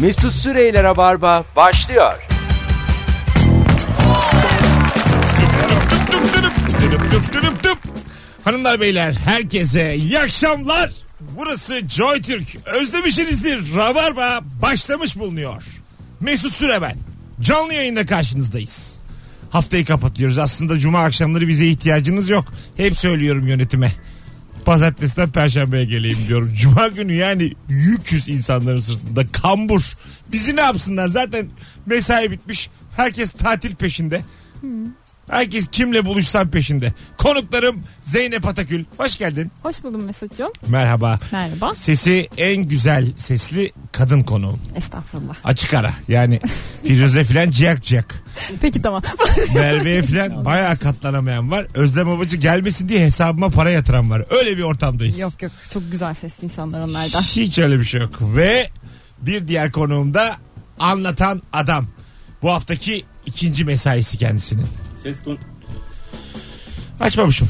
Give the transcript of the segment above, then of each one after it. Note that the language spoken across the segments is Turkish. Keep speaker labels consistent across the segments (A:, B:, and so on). A: Mesut Süreyle Rabarba başlıyor.
B: Düp düp düp düp düp düp düp. Hanımlar beyler herkese iyi akşamlar. Burası Joy Türk. Özlemişinizdir. Rabarba başlamış bulunuyor. Mesut Süre ben. Canlı yayında karşınızdayız. Haftayı kapatıyoruz. Aslında cuma akşamları bize ihtiyacınız yok. Hep söylüyorum yönetime. Pazartesiden perşembeye geleyim diyorum. Cuma günü yani yüküz insanların sırtında kambur. Bizi ne yapsınlar? Zaten mesai bitmiş. Herkes tatil peşinde. Herkes kimle buluşsam peşinde. Konuklarım Zeynep Atakül. Hoş geldin.
C: Hoş buldum Mesut'cum.
B: Merhaba.
C: Merhaba.
B: Sesi en güzel sesli kadın konuğum.
C: Estağfurullah.
B: Açık ara. Yani Firuze filan ciyak ciyak.
C: Peki tamam.
B: Merve'ye filan bayağı katlanamayan var. Özlem Abacı gelmesin diye hesabıma para yatıran var. Öyle bir ortamdayız.
C: yok yok çok güzel sesli insanlar onlar da.
B: Hiç öyle bir şey yok. Ve bir diğer konuğum da anlatan adam. Bu haftaki ikinci mesaisi kendisinin.
D: Ses kon...
B: Açmamışım.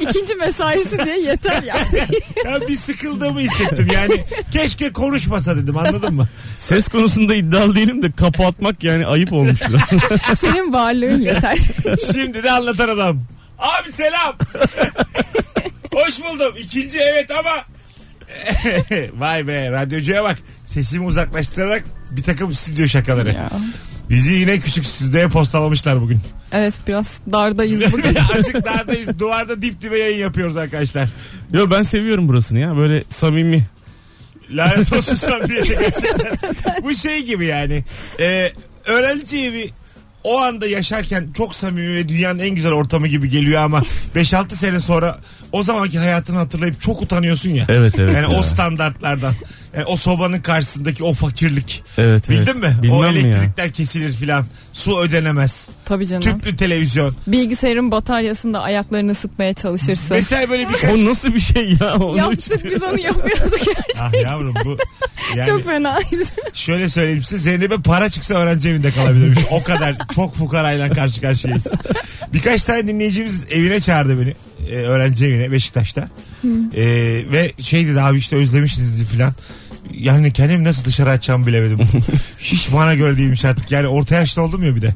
C: İkinci mesaisi diye yeter yani.
B: Ya bir sıkıldığımı hissettim yani. Keşke konuşmasa dedim anladın mı?
D: Ses konusunda iddialı değilim de kapatmak yani ayıp olmuş biraz.
C: Senin varlığın yeter.
B: Şimdi de anlatan adam. Abi selam. Hoş buldum. İkinci evet ama. Vay be radyocuya bak. Sesimi uzaklaştırarak bir takım stüdyo şakaları.
C: Ya.
B: Bizi yine küçük stüdyoya postalamışlar bugün.
C: Evet biraz dardayız bugün.
B: Azıcık dardayız. Duvarda dip dibe yayın yapıyoruz arkadaşlar.
D: Yo ben seviyorum burasını ya böyle samimi.
B: Lanet olsun sen bir yere gerçekten. Bu şey gibi yani. Ee, öğrenci evi o anda yaşarken çok samimi ve dünyanın en güzel ortamı gibi geliyor ama 5-6 sene sonra o zamanki hayatını hatırlayıp çok utanıyorsun ya.
D: Evet evet.
B: Yani
D: ya.
B: o standartlardan. Yani o sobanın karşısındaki o fakirlik.
D: Evet evet.
B: Bildin mi?
D: Bilmem
B: o
D: mi ya?
B: elektrikler kesilir filan. Su ödenemez.
C: Tabii canım.
B: Tüplü televizyon.
C: Bilgisayarın bataryasında ayaklarını ısıtmaya çalışırsın.
B: Mesela böyle birkaç...
D: O nasıl bir şey ya? Onu
C: Yaptık biz onu yapıyorduk gerçekten.
B: ah yavrum bu. Yani...
C: Çok fenaydı.
B: Şöyle söyleyeyim size Zeynep'e para çıksa öğrenci evinde kalabilirmiş. O kadar çok fukarayla karşı karşıyayız. Birkaç tane dinleyicimiz evine çağırdı beni. Ee, öğrenci evine Beşiktaş'ta. Ee, ve şey dedi abi işte özlemişsiniz falan. Yani kendimi nasıl dışarı açacağımı bilemedim. Hiç bana göre değilmiş artık. Yani orta yaşta oldum ya bir de.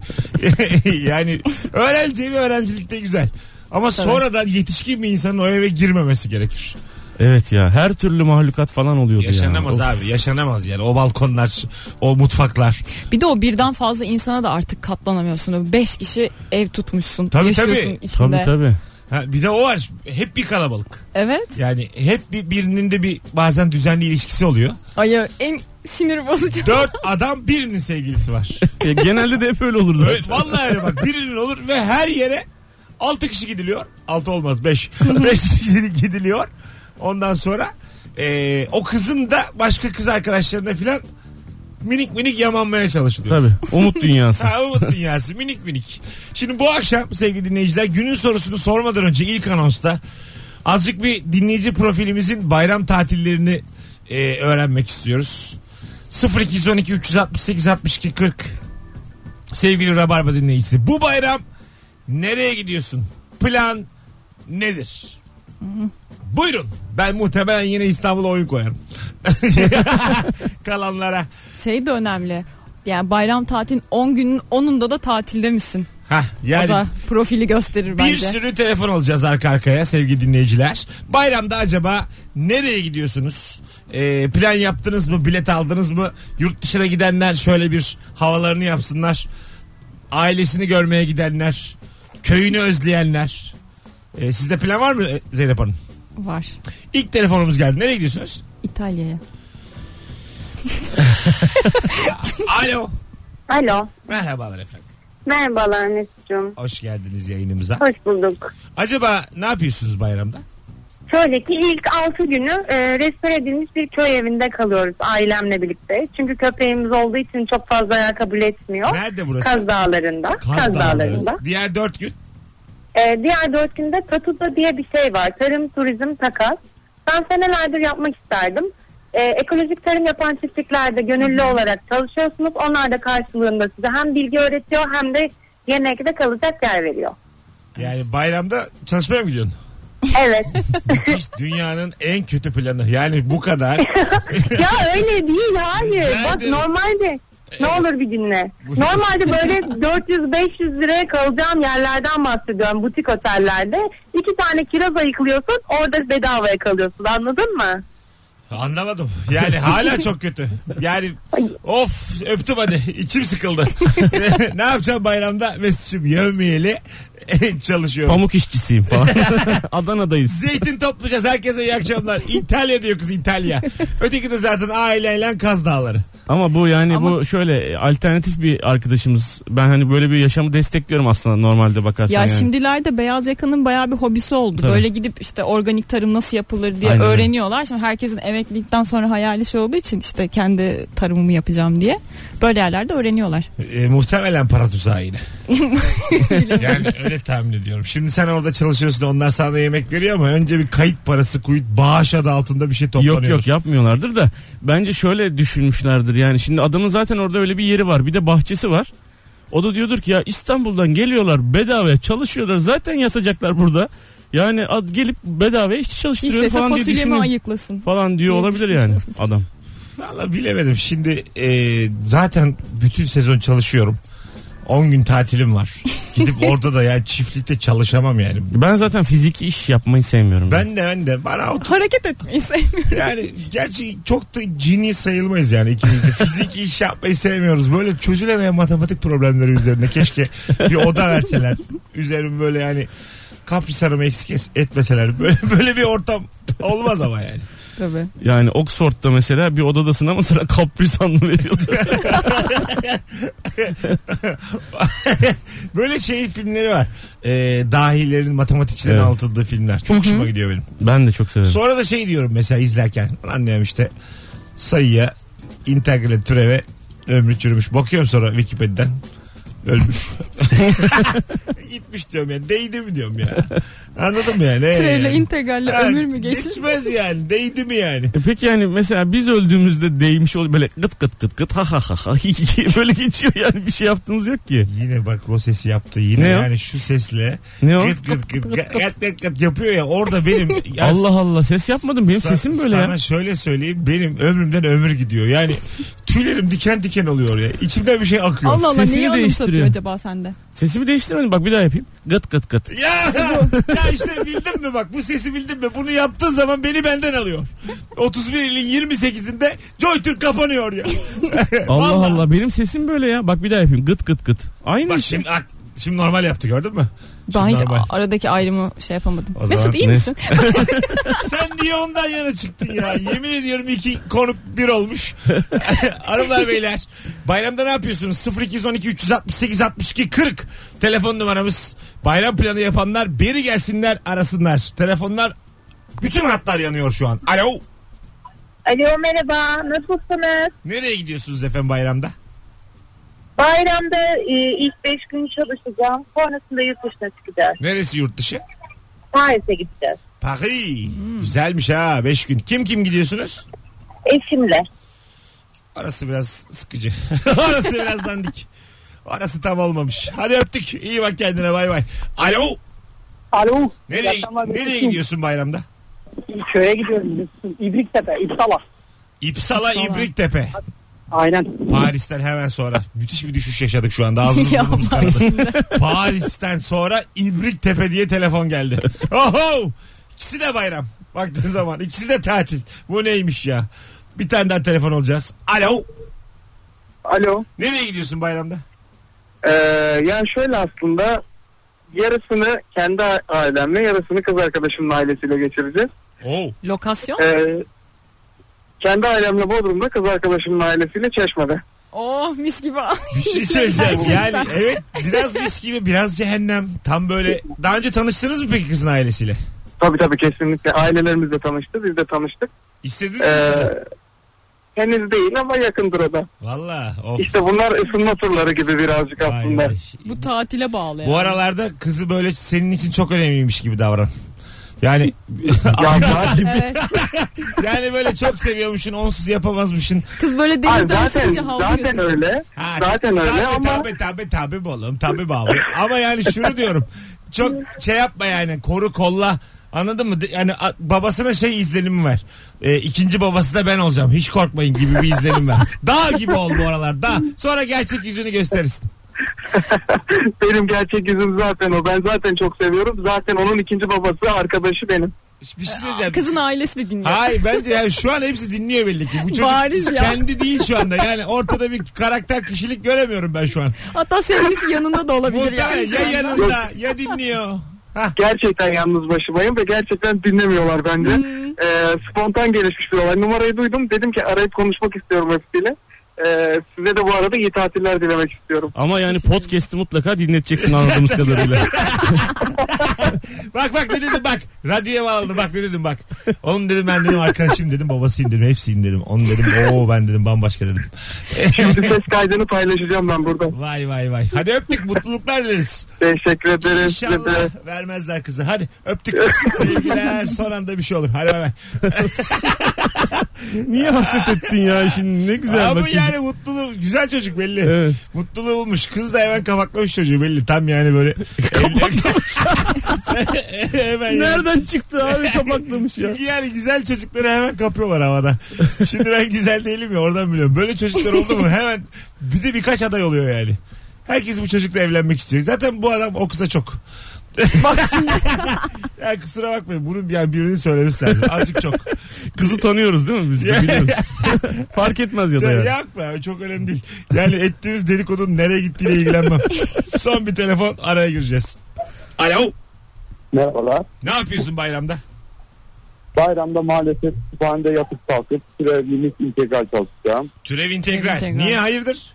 B: yani öğrenci evi öğrencilikte güzel. Ama sonradan yetişkin bir insanın o eve girmemesi gerekir.
D: Evet ya her türlü mahlukat falan oluyordu
B: Yaşanamaz
D: ya. Of.
B: abi yaşanamaz yani o balkonlar o mutfaklar.
C: Bir de o birden fazla insana da artık katlanamıyorsun. Beş kişi ev tutmuşsun.
B: Tabii,
C: yaşıyorsun
B: tabii.
C: içinde.
D: Tabii tabii.
B: Ha, bir de o var hep bir kalabalık
C: Evet.
B: yani hep bir, birinin de bir bazen düzenli ilişkisi oluyor.
C: Ay ya, en sinir bozucu.
B: Dört adam birinin sevgilisi var.
D: Ya, genelde de hep öyle olur zaten.
B: Evet, vallahi öyle bak birinin olur ve her yere altı kişi gidiliyor. Altı olmaz beş. beş kişi gidiliyor. Ondan sonra e, o kızın da başka kız arkadaşlarına filan minik minik yamanmaya çalışılıyor.
D: Tabii. Umut dünyası.
B: Ha, umut dünyası minik minik. Şimdi bu akşam sevgili dinleyiciler günün sorusunu sormadan önce ilk anonsta azıcık bir dinleyici profilimizin bayram tatillerini e, öğrenmek istiyoruz. 0212 368 62 40 Sevgili Rabarba dinleyicisi bu bayram nereye gidiyorsun? Plan nedir? Buyurun. Ben muhtemelen yine İstanbul'a oyun koyarım. Kalanlara.
C: Şey de önemli. Yani bayram tatilin 10 günün 10'unda da tatilde misin?
B: Hah, yani
C: o da profili gösterir
B: Bir
C: bence.
B: sürü telefon alacağız arka arkaya sevgili dinleyiciler. Bayramda acaba nereye gidiyorsunuz? Ee, plan yaptınız mı? Bilet aldınız mı? Yurt dışına gidenler şöyle bir havalarını yapsınlar. Ailesini görmeye gidenler. Köyünü özleyenler. Ee, sizde plan var mı e, Zeynep Hanım?
C: Var.
B: İlk telefonumuz geldi. Nereye gidiyorsunuz?
C: İtalya'ya.
B: Alo.
E: Alo.
B: Merhabalar efendim.
E: Merhabalar Mesut'cum.
B: Hoş geldiniz yayınımıza.
E: Hoş bulduk.
B: Acaba ne yapıyorsunuz bayramda?
E: Şöyle ki ilk 6 günü e, restore edilmiş bir köy evinde kalıyoruz ailemle birlikte. Çünkü köpeğimiz olduğu için çok fazla yer kabul etmiyor.
B: Nerede burası?
E: Kaz Dağları'nda. Kaz,
B: Dağları.
E: Dağları'nda.
B: Diğer dört gün.
E: E, diğer dört günde Tatuda diye bir şey var. Tarım, turizm, takas. Ben senelerdir yapmak isterdim. E, ekolojik tarım yapan çiftliklerde gönüllü olarak çalışıyorsunuz. Onlar da karşılığında size hem bilgi öğretiyor hem de yemekte kalacak yer veriyor.
B: Yani bayramda çalışmaya mı gidiyorsun?
E: Evet.
B: Hiç dünyanın en kötü planı. Yani bu kadar.
E: ya öyle değil hayır.
B: Rica
E: Bak
B: ederim.
E: normalde ne olur bir dinle. Normalde böyle 400-500 liraya kalacağım yerlerden bahsediyorum butik otellerde. İki tane kiraz ayıklıyorsun orada bedavaya kalıyorsun anladın mı?
B: Anlamadım. Yani hala çok kötü. Yani of öptüm hadi. İçim sıkıldı. ne yapacağım bayramda? Mesut'cum yövmeyeli çalışıyorum.
D: Pamuk işçisiyim falan. Adana'dayız.
B: Zeytin toplayacağız. Herkese iyi akşamlar. İtalya diyor kız İtalya. Öteki de zaten aileyle Kaz Dağları.
D: Ama bu yani
C: Ama-
D: bu şöyle e, alternatif bir arkadaşımız. Ben hani böyle bir yaşamı destekliyorum aslında normalde bakarsan
C: Ya
D: yani.
C: şimdilerde beyaz yakanın bayağı bir hobisi oldu.
D: Tabii.
C: Böyle gidip işte organik tarım nasıl yapılır diye
D: Aynen öyle.
C: öğreniyorlar. Şimdi herkesin emeklilikten sonra hayali şey olduğu için işte kendi tarımımı yapacağım diye. Böyle yerlerde öğreniyorlar.
B: E, muhtemelen para tuzağı yine. yani öyle tahmin ediyorum. Şimdi sen orada çalışıyorsun onlar sana yemek veriyor ama önce bir kayıt parası kuyut bağış adı altında bir şey toplanıyor.
D: Yok yok yapmıyorlardır da bence şöyle düşünmüşlerdir yani şimdi adamın zaten orada öyle bir yeri var bir de bahçesi var. O da diyordur ki ya İstanbul'dan geliyorlar bedavaya çalışıyorlar zaten yatacaklar burada. Yani ad gelip bedavaya işçi çalıştırıyor
C: İşte
D: falan diye
C: fasulyemi
D: düşünüyor.
C: ayıklasın.
D: Falan diyor
C: diye
D: olabilir yani adam.
B: Valla bilemedim. Şimdi e, zaten bütün sezon çalışıyorum. 10 gün tatilim var. Gidip orada da yani çiftlikte çalışamam yani.
D: Ben zaten fiziki iş yapmayı sevmiyorum.
B: Ben de ben de bana otur
C: Hareket etmeyi sevmiyorum.
B: yani gerçi çok da cini sayılmayız yani ikimiz de. Fiziki iş yapmayı sevmiyoruz. Böyle çözülemeyen matematik problemleri üzerine keşke bir oda verseler. Üzerim böyle yani kaprisarımı eksik es- etmeseler. Böyle, böyle bir ortam olmaz ama yani.
C: Tabii.
D: Yani Oxford'da mesela bir odadasın ama sana kaprisan veriyorlar.
B: Böyle şey filmleri var. Ee, dahilerin matematikçilerin
D: Evet.
B: anlatıldığı filmler. Çok hoşuma gidiyor benim.
D: ben de çok severim.
B: Sonra da şey diyorum mesela izlerken. Anlıyorum işte sayıya, integrale, türeve ömrü çürümüş. Bakıyorum sonra Wikipedia'dan. Ölmüş. Gitmiş diyorum ya. Değdi mi diyorum ya. Anladın mı yani? Ee,
C: Türevle
B: yani.
C: integralle
B: Ha,
C: ömür mü geçir?
B: Geçmez yani. Değdi mi yani?
D: E Peki yani mesela biz öldüğümüzde değmiş ol böyle gıt gıt gıt gıt ha ha ha ha hi, hi, hi. böyle geçiyor yani bir şey yaptığımız yok ki.
B: Yine bak o sesi yaptı. Yine
D: Ne o?
B: yani şu sesle.
D: Ne o?
B: Gıt gıt gıt gıt gıt gıt gıt yapıyor ya. Orada benim. Ya
D: Allah Allah ses yapmadım benim
B: Sa-
D: sesim böyle
B: sana
D: ya.
B: şöyle söyleyeyim benim ömrümden ömür gidiyor. Yani tüylerim diken diken oluyor ya. İçimden bir şey akıyor.
C: Allah Allah
D: Sesini
C: neyi anımsatıyor
D: değiştiriyor.
C: acaba sende?
D: Sesimi değiştirmedim bak bir daha yapayım. Gıt gıt gıt.
B: Ya, ya işte bildin mi bak bu sesi bildin mi? Bunu yaptığın zaman beni benden alıyor. 31 ilin 28'inde Joy Türk kapanıyor ya.
D: Allah
B: Vallahi.
D: Allah benim sesim böyle ya. Bak bir daha yapayım gıt gıt gıt. Aynı
B: Bak
D: işte.
B: şimdi ak- şimdi normal yaptı gördün mü?
C: Ben
B: Şimdi
C: hiç
B: normal.
C: a- aradaki ayrımı şey yapamadım.
B: O zaman
C: Mesut iyi
D: ne-
C: misin?
B: Sen niye ondan yana çıktın ya? Yemin ediyorum iki konuk bir olmuş. Hanımlar beyler bayramda ne yapıyorsunuz? 0212 368 62 40 telefon numaramız. Bayram planı yapanlar beri gelsinler arasınlar. Telefonlar bütün hatlar yanıyor şu an. Alo.
E: Alo merhaba nasılsınız?
B: Nereye gidiyorsunuz efendim bayramda?
E: Bayramda e, ilk beş gün çalışacağım. Sonrasında yurt dışına çıkacağız.
B: Neresi yurt dışı? Hmm.
E: Paris'e gideceğiz.
B: Paris. Güzelmiş ha 5 gün. Kim kim gidiyorsunuz?
E: Eşimle.
B: Orası biraz sıkıcı. Orası biraz dandik. Orası tam olmamış. Hadi öptük. İyi bak kendine bay bay. Alo.
F: Alo.
B: Nereye, nereye gidiyorsun bayramda?
F: Köye gidiyorum. İbriktepe, İpsala.
B: İpsala,
C: İpsala.
B: İbriktepe.
F: Aynen.
B: Paris'ten hemen sonra. Müthiş bir düşüş yaşadık şu anda. Ağzımız
C: Ya
B: burnumuz
C: bak
B: kanadı.
C: şimdi.
B: Paris'ten sonra İbriktepe diye telefon geldi. Oho! İkisi de bayram. Baktığın zaman ikisi de tatil. Bu neymiş ya? Bir tane daha telefon olacağız. Alo.
F: Alo.
B: Nereye gidiyorsun bayramda?
F: Ee, yani şöyle aslında yarısını kendi a- ailemle yarısını kız arkadaşımın ailesiyle geçireceğiz.
B: Oo.
C: Lokasyon?
F: Ee, kendi ailemle Bodrum'da kız arkadaşımın ailesiyle Çeşme'de.
C: Oh mis gibi.
B: Bir şey söyleyeceğim.
C: Gerçekten.
B: yani e- evet biraz mis gibi biraz cehennem. Tam böyle. Daha önce tanıştınız mı peki kızın ailesiyle?
F: Tabii tabii kesinlikle ailelerimiz de tanıştı biz de tanıştık.
B: İstediniz mi
F: Ee,
B: kızı?
F: henüz değil ama yakındır o da.
B: Valla. Of.
F: İşte bunlar ısınma turları gibi birazcık
B: Vay
F: aslında.
B: vay.
C: Bu tatile bağlı yani.
B: Bu aralarda kızı böyle senin için çok önemliymiş gibi davran. Yani
F: Ya zaten-
C: Evet.
B: yani böyle çok seviyormuşsun, onsuz yapamazmışsın.
C: Kız böyle
F: Hayır,
C: denizden
F: zaten,
C: çıkınca havlıyor.
F: zaten öyle. zaten öyle
B: tabii,
F: ama
B: Tabii tabii tabii oğlum tabii baba. Ama yani şunu diyorum. Çok şey yapma yani koru kolla Anladın mı? De- Yani a- babasına şey izlenimi ver. E, ikinci babası da ben olacağım. Hiç korkmayın gibi bir izlenim ver. Dağ gibi ol bu aralar. Dağ. Sonra gerçek yüzünü gösterirsin.
F: Benim gerçek yüzüm zaten o. Ben zaten çok seviyorum. Zaten onun ikinci babası arkadaşı benim.
B: Bir şey söyleyeceğim.
C: Kızın ailesi de dinliyor.
B: Hayır bence yani şu an hepsi dinliyor belli ki. Bu çocuk
C: Bariz ya.
B: kendi değil şu anda. Yani ortada bir karakter kişilik göremiyorum ben şu an.
C: Hatta sevgilisi yanında da olabilir
B: Muhtemelen
C: yani. şu
B: ya
C: anda.
B: yanında ya dinliyor. Hah.
F: Gerçekten yalnız başımayım ve gerçekten dinlemiyorlar bence. Ee, spontan gelişmiş bir olay. Numarayı duydum. Dedim ki arayıp konuşmak istiyorum hepsiyle. Ee, size de bu arada iyi tatiller dilemek istiyorum.
D: Ama yani podcast'i mutlaka dinleteceksin anladığımız kadarıyla.
B: Bak bak ne dedim bak. Radyoya bağladı bak ne dedim bak. Onun dedim ben dedim arkadaşım dedim babasıyım dedim hepsiyim dedim. Onun dedim ooo ben dedim bambaşka dedim.
F: Şimdi ses kaydını paylaşacağım ben burada.
B: vay vay vay. Hadi öptük mutluluklar dileriz.
F: Teşekkür ederim. size de.
B: İnşallah vermezler kızı. Hadi öptük. Sevgiler son anda bir şey olur. Hadi bay bay.
D: Niye hasret ettin ya şimdi ne güzel
B: Ama
D: bak.
B: yani mutluluğu güzel çocuk belli.
D: Evet.
B: Mutluluğu bulmuş. Kız da hemen kapaklamış çocuğu belli. Tam yani böyle. kapaklamış. hemen yani.
D: Nereden çıktı abi kapaklamış ya.
B: Çünkü yani güzel çocukları hemen kapıyorlar havada. Şimdi ben güzel değilim ya oradan biliyorum. Böyle çocuklar oldu mu hemen bir de birkaç aday oluyor yani. Herkes bu çocukla evlenmek istiyor. Zaten bu adam o kıza çok.
C: Bak şimdi
B: Yani kusura bakmayın bunu yani birini söylemesi lazım. Azıcık çok.
D: Kızı tanıyoruz değil mi biz de biliyoruz. Fark etmez ya da
B: Şey,
D: ya.
B: Yapma abi, çok önemli değil. Yani ettiğimiz dedikodunun nereye gittiğiyle ilgilenmem. Son bir telefon araya gireceğiz. Alo.
F: Merhabalar.
B: Ne yapıyorsun bayramda?
F: Bayramda maalesef kütüphanede yatıp kalkıp sürevlilik integral çalışacağım.
B: Türev integral.
C: integral.
B: Niye hayırdır?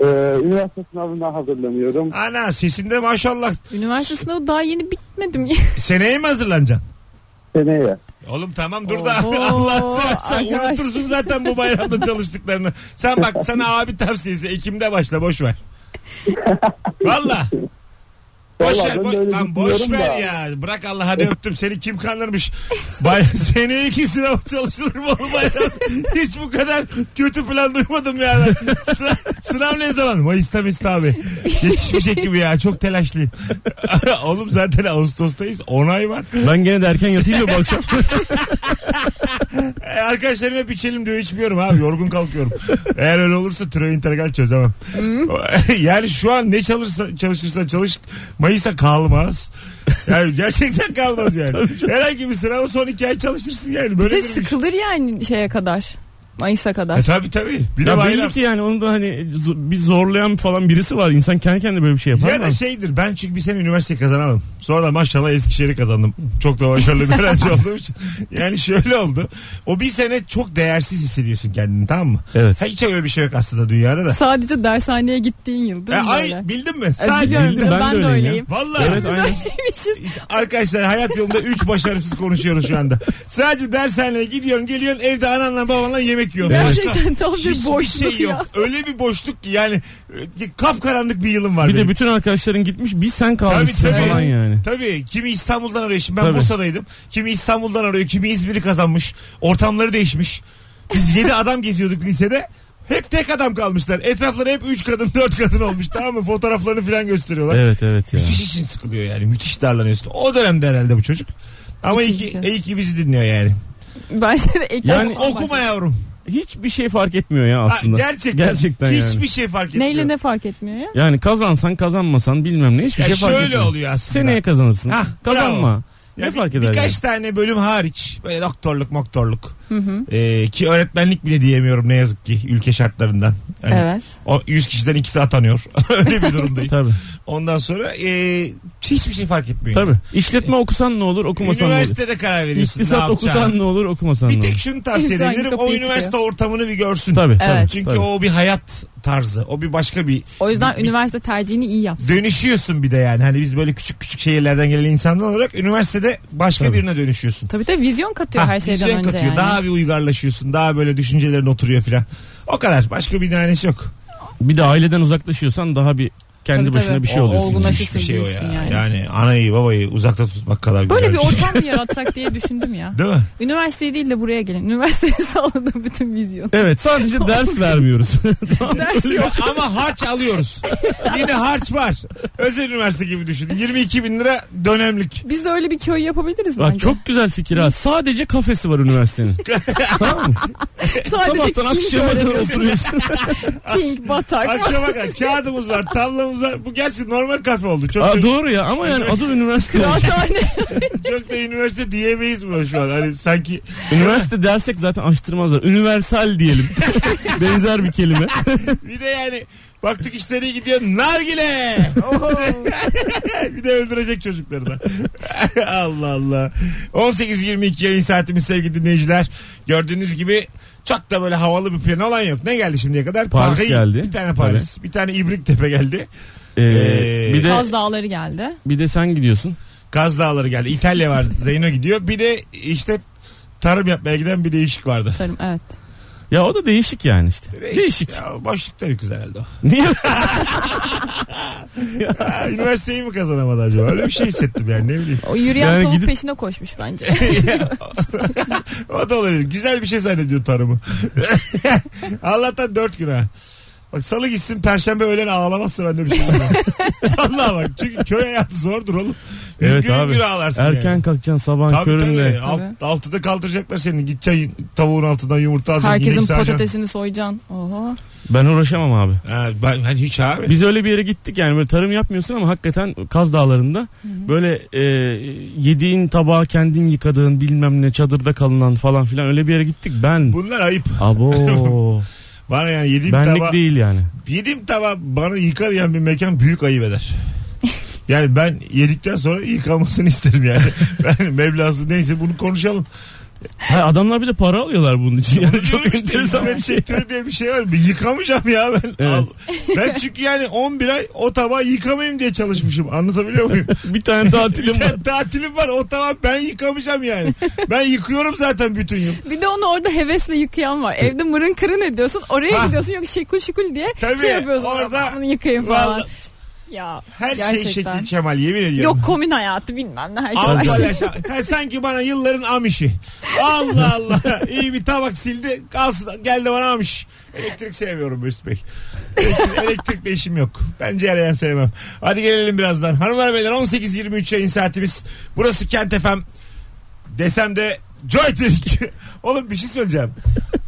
F: Ee, üniversite sınavına hazırlanıyorum.
B: Ana sesinde maşallah.
C: üniversite sınavı daha yeni bitmedi mi?
B: E, Seneye mi hazırlanacaksın?
F: Seneye.
B: E, Oğlum tamam dur da
C: Oho,
B: Allah'ını seversen
C: arkadaş.
B: unutursun zaten bu bayramda çalıştıklarını. Sen bak sana abi tavsiyesi Ekim'de başla boş ver. Valla. Boş
F: Vallahi
B: ver,
F: ben
B: boş,
F: de öyle
B: lan boş
F: düşünüyorum
B: ver
F: da.
B: ya. Bırak Allah hadi öptüm seni kim kandırmış. Bay, seneye iki sınav çalışılır mı oğlum bayram? Hiç bu kadar kötü plan duymadım ya. ben. Sınav, sınav ne zaman? Mayıs'ta Mesut abi. Yetişmeyecek gibi ya çok telaşlıyım. oğlum zaten Ağustos'tayız 10 ay var.
D: Ben gene de erken yatayım da bu akşam.
B: E, arkadaşlarım hep içelim diyor içmiyorum abi yorgun kalkıyorum. Eğer öyle olursa türev integral çözemem. yani şu an ne çalışırsa, çalışırsa çalış Mayıs'a kalmaz. Yani gerçekten kalmaz yani. Herhangi bir sınavı son iki ay çalışırsın yani.
C: Bir
B: Böyle
C: de
B: bir, bir
C: sıkılır yani şeye kadar. Mayıs'a
B: E
C: kadar.
B: tabii tabii. Bir de
D: ya
B: bayram.
D: belli ki yani onu da hani zo- bir zorlayan falan birisi var. İnsan kendi kendine böyle bir şey yapar
B: Ya
D: mı?
B: da şeydir ben çünkü bir sene üniversite kazanamadım. Sonra da maşallah Eskişehir'i kazandım. Çok da başarılı bir öğrenci olduğum için. Yani şöyle oldu. O bir sene çok değersiz hissediyorsun kendini tamam mı?
D: Evet.
B: Ha, Hiç öyle bir şey yok aslında dünyada da.
C: Sadece dershaneye gittiğin yıl değil
B: E,
C: mi böyle?
B: ay bildin mi?
C: E,
B: Sadece
C: biliyorum,
D: Bildim,
C: ben, de öyleyim.
B: Vallahi
D: Evet aynen.
B: arkadaşlar hayat yolunda 3 başarısız konuşuyoruz şu anda. Sadece dershaneye gidiyorsun geliyorsun evde ananla babanla yemek yiyorsun.
C: Gerçekten tam
B: Başka
C: bir
B: hiçbir
C: boşluk
B: şey yok.
C: ya.
B: Öyle bir boşluk ki yani e, kapkaranlık bir yılım var
D: Bir de
B: benim.
D: bütün arkadaşların gitmiş bir sen
B: Tabii
D: kalmışsın
B: tabii.
D: falan yani.
B: Tabii. Kimi İstanbul'dan arıyor. Şimdi ben
D: Tabii.
B: Bursa'daydım. Kimi İstanbul'dan arıyor. Kimi İzmir'i kazanmış. Ortamları değişmiş. Biz 7 adam geziyorduk lisede. Hep tek adam kalmışlar. Etrafları hep 3 kadın 4 kadın olmuş tamam mı? Fotoğraflarını falan gösteriyorlar.
D: Evet evet ya.
B: Müthiş için sıkılıyor yani. Müthiş darlanıyorsun. O dönemde herhalde bu çocuk. Ama iyi
C: İkinci
B: ki,
C: kez.
B: iyi ki bizi dinliyor yani.
C: Bence de Ekim
D: Yani-
C: falan
B: Okuma yavrum.
D: Hiçbir şey fark etmiyor ya
B: Ha,
D: aslında.
B: gerçekten.
D: Gerçekten yani.
B: Hiçbir şey fark etmiyor.
C: Neyle ne fark etmiyor ya?
D: Yani kazansan kazanmasan bilmem ne hiçbir
B: Ya
D: şey fark
B: şöyle
D: etmiyor.
B: oluyor aslında.
D: Seneye kazanırsın.
B: Hah,
D: Kazanma.
B: bravo.
D: Ne
B: Ya bir-
D: fark eder
B: Birkaç
D: yani?
B: tane bölüm hariç böyle doktorluk moktorluk Ee, ki öğretmenlik bile diyemiyorum ne yazık ki ülke şartlarından. Hani
C: Evet.
B: O 100 kişiden ikisi atanıyor. Öyle bir durumdayız.
D: Tabii.
B: Ondan sonra e, hiçbir şey fark etmiyor.
D: Tabii. İşletme okusan ne olur, okumasan ne olur.
B: Üniversitede karar veriyorsun.
D: İktisat
B: ne yapacağını.
D: okusan ne olur, okumasan
B: Bir
D: ne
B: tek
D: olur.
B: şunu tavsiye
C: İnsan
B: edebilirim. O
C: kapıyı
B: üniversite ortamını bir görsün.
D: Tabii tabii.
C: Evet.
B: Çünkü
D: tabii.
B: o bir hayat tarzı. O bir başka bir
C: O yüzden
B: Bir-
C: üniversite tercihini iyi yap.
B: dönüşüyorsun bir de yani. Hani biz böyle küçük küçük şehirlerden gelen insanlar olarak üniversitede başka
D: Tabii.
B: birine dönüşüyorsun.
C: Tabii tabii vizyon katıyor
B: Ha,
C: her şeyden
B: vizyon
C: önce
B: katıyor.
C: yani.
B: Daha bir uygarlaşıyorsun. Daha böyle düşüncelerin oturuyor filan. O kadar. Başka bir tanesi yok.
D: Bir de aileden uzaklaşıyorsan daha bir kendi
C: Tabii,
D: başına
C: tabii.
D: bir şey
C: O-
D: oluyorsun.
C: olgunlaş-
B: Müthiş bir şey o ya.
C: Olgunlaşırsın
B: Yani.
C: yani.
B: anayı babayı uzakta tutmak kadar
C: Böyle bir
B: güzel şey.
C: ortam mı yaratsak diye düşündüm ya.
B: Değil mi?
C: Üniversiteyi değil de buraya gelin. Üniversiteyi sağladı bütün vizyon.
D: Evet sadece ders vermiyoruz.
C: Ders yok.
B: Ama harç alıyoruz. Yine harç var. Özel üniversite gibi düşün. 22 bin lira dönemlik.
C: Biz de öyle bir köy yapabiliriz
D: Bak
C: bence.
D: çok güzel fikir ha. Sadece kafesi var üniversitenin. tamam mı?
C: Sadece
D: Sabahtan
C: king,
D: akşama
C: böyle
D: kadar oturuyorsun.
C: king, batak.
B: Akşama kadar kağıdımız var, tablamız var. Bu gerçi normal kafe oldu. Çok,
D: Aa,
B: da,
D: doğru ya ama yani adı üniversite. olsun.
C: Kıraathane.
B: çok da üniversite diyemeyiz buna şu an. Hani sanki
D: üniversite dersek zaten açtırmazlar. Üniversal diyelim. Benzer bir kelime.
B: bir de yani baktık işleri gidiyor nargile. bir de öldürecek çocukları da. Allah Allah. 18.22 yayın saatimiz sevgili dinleyiciler. Gördüğünüz gibi çok da böyle havalı bir plan olan yok. Ne geldi şimdiye kadar?
D: Paris geldi.
B: Bir tane Paris. Bir tane İbriktepe geldi.
D: Ee,
B: Ee,
D: bir de
C: Kaz Dağları geldi.
D: bir de sen gidiyorsun.
B: Kaz Dağları geldi. İtalya var. Zeyno gidiyor. Bir de işte tarım yapmaya giden bir değişik vardı.
C: Tarım evet.
D: Ya o da değişik yani işte. Değişik.
B: Ya, boşluk tabii güzel herhalde o.
D: Niye?
B: Ha, Üniversiteyi mi kazanamadı acaba? Öyle bir şey hissettim yani ne bileyim.
C: O yürüyen
D: Yani
C: tavuk
D: gidip-
C: peşine koşmuş bence.
B: o da olabilir. Güzel bir şey zannediyor tarımı. Allah'tan dört gün ha. Bak salı gitsin perşembe öğlen ağlamazsa ben de bir şey demem. Allah bak çünkü köy hayatı zordur oğlum. Bir
D: evet
B: gün
D: abi.
B: bir ağlarsın
D: Erken
B: yani.
D: kalkacaksın sabahın
B: Tabii
D: köründe.
B: tabii. Alt, altıda kaldıracaklar seni. Gideceksin tavuğun altından yumurta alacaksın. inek
C: Herkesin
B: sağacaksın.
C: patatesini soyacaksın. Oho.
D: Ben uğraşamam abi.
B: Ha, ben, ben hiç abi.
D: Biz öyle bir yere gittik yani böyle tarım yapmıyorsun ama hakikaten Kaz Dağları'nda böyle e, yediğin tabağı kendin yıkadığın bilmem ne çadırda kalınan falan filan öyle bir yere gittik ben.
B: Bunlar ayıp.
D: Abo
B: Bana yani yediğim
D: benlik
B: tava,
D: değil yani.
B: yediğim tava bana yıkar yani bir mekan büyük ayıp eder. Yani ben yedikten sonra yıkanmasını isterim yani. Ben meblası neyse bunu konuşalım.
D: Ha, adamlar bir de para alıyorlar bunun için. Yani
B: Diyorum
D: çok
B: işte,
D: enteresan
B: hizmet
D: bir şey.
B: sektörü diye bir şey var. Bir yıkamayacağım ya ben.
D: Evet.
B: Al. Ben çünkü yani 11 ay o tabağı yıkamayayım diye çalışmışım. Anlatabiliyor muyum?
D: Bir tane tatilim var.
B: Ya Tatilim var o tabağı ben yıkamayacağım yani. Ben yıkıyorum zaten bütün yıl.
C: Bir de onu orada hevesle yıkayan var. Evde mırın kırın ediyorsun. Oraya
B: Ha.
C: gidiyorsun yok şekul şekul diye
B: Tabii,
C: şey yapıyorsun.
B: orada-
C: bunu yıkayın falan.
B: Vallahi-
C: Ya
B: Her şey
C: gerçekten.
B: şekil şemal yemin ediyorum.
C: Yok komün hayatı bilmem ne herkes
B: Allah
C: aşırı.
B: yaşa. Ha, sanki bana yılların amişi. Allah Allah. İyi bir tabak sildi. Kalsın. Geldi bana amiş. Elektrik sevmiyorum Mesut Bey. Elektrik, elektrikle işim yok. Ben cereyan sevmem. Hadi gelelim birazdan. Hanımlar beyler 18.23 yayın saatimiz. Burası Kent FM. Desem de Joy Türk. Oğlum bir şey söyleyeceğim.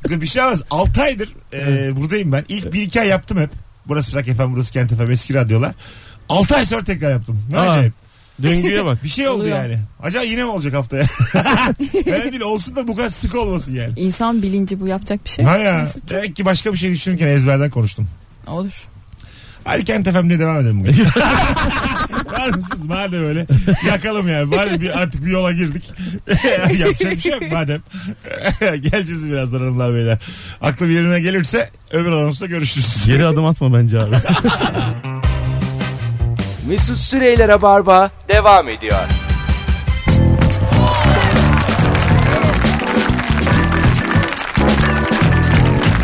B: Bir şey olmaz. 6 aydır e, buradayım ben. İlk 1-2 ay yaptım hep. Burası Frak FM, burası Kent FM, eski radyolar. 6 ay sonra tekrar yaptım. Ne
D: Aa.
B: acayip.
D: Döngüye bak.
B: Bir şey oldu
C: Oluyor.
B: yani. Acaba yine mi olacak haftaya? ben değil olsun da bu kadar sık olmasın yani.
C: İnsan bilinci bu yapacak bir şey.
B: Ha
C: yok.
B: ya.
C: Mesut,
B: Demek ki başka bir şey düşünürken ezberden konuştum.
C: Olur.
B: Hadi Kent FM'de devam edelim bugün. Var mısınız? Madem öyle. Yakalım yani. Bari bir, artık bir yola girdik. Yapacak bir şey yok madem. Geleceğiz birazdan hanımlar beyler. Aklım yerine gelirse öbür anonsla görüşürüz.
D: Geri adım atma bence abi.
A: Mesut Süreyler'e barba devam ediyor.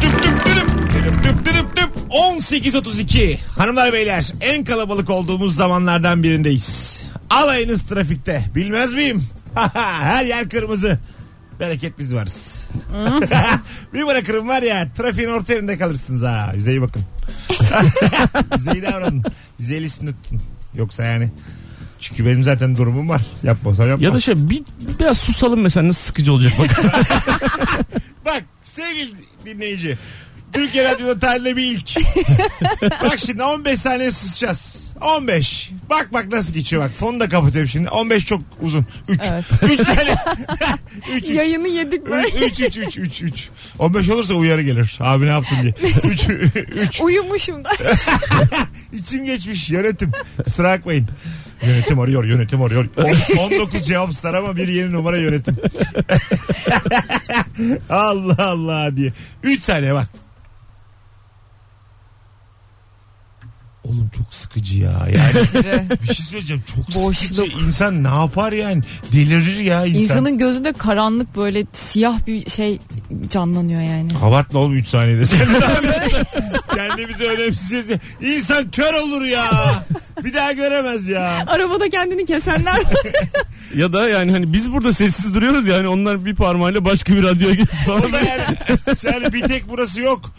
B: Düp düp dürüp, dürüp düp dürüp düp. 18.32 Hanımlar beyler en kalabalık olduğumuz zamanlardan birindeyiz. Alayınız trafikte. Bilmez miyim? Her yer kırmızı. Bereket biz varız. bir bırakırım var ya trafiğin orta yerinde kalırsınız ha. Bize iyi bakın. Bize iyi davranın. Bize el üstünde tutun. Yoksa yani. Çünkü benim zaten durumum var. Yapma sen yapma.
D: ya da şey bir, biraz susalım mesela nasıl sıkıcı olacak bak.
B: Bak sevgili dinleyici. Türkiye Radyo'da tarihinde bir ilk. bak şimdi 15 saniye susacağız. 15. Bak bak nasıl geçiyor bak. Fonu da kapatıyorum şimdi. 15 çok uzun. 3.
C: Evet.
B: 3 saniye. 3 3.
C: Yayını yedik böyle.
B: 3 3 3 3 3. 15 olursa uyarı gelir. Abi ne yaptın diye. 3 3.
C: Uyumuşum da.
B: İçim geçmiş yönetim. Kusura bakmayın. Yönetim arıyor, yönetim arıyor. On- 19 cevapslar ama bir yeni numara yönetim. Allah Allah diye. 3 saniye bak. Oğlum çok sıkıcı ya. Yani
G: Sıra.
B: bir şey söyleyeceğim. Çok
C: Boşluk.
B: sıkıcı. İnsan ne yapar yani? Delirir ya insan.
C: İnsanın gözünde karanlık böyle siyah bir şey canlanıyor yani.
B: Abartma oğlum 3 saniyede. Sen ne yapıyorsun? Kendimizi önemsiz. İnsan kör olur ya. Bir daha göremez ya.
C: Arabada kendini kesenler var.
D: Ya da yani hani biz burada sessiz duruyoruz yani onlar bir parmağıyla başka bir radyoya gitti falan.
B: Ama yani, yani bir tek burası yok.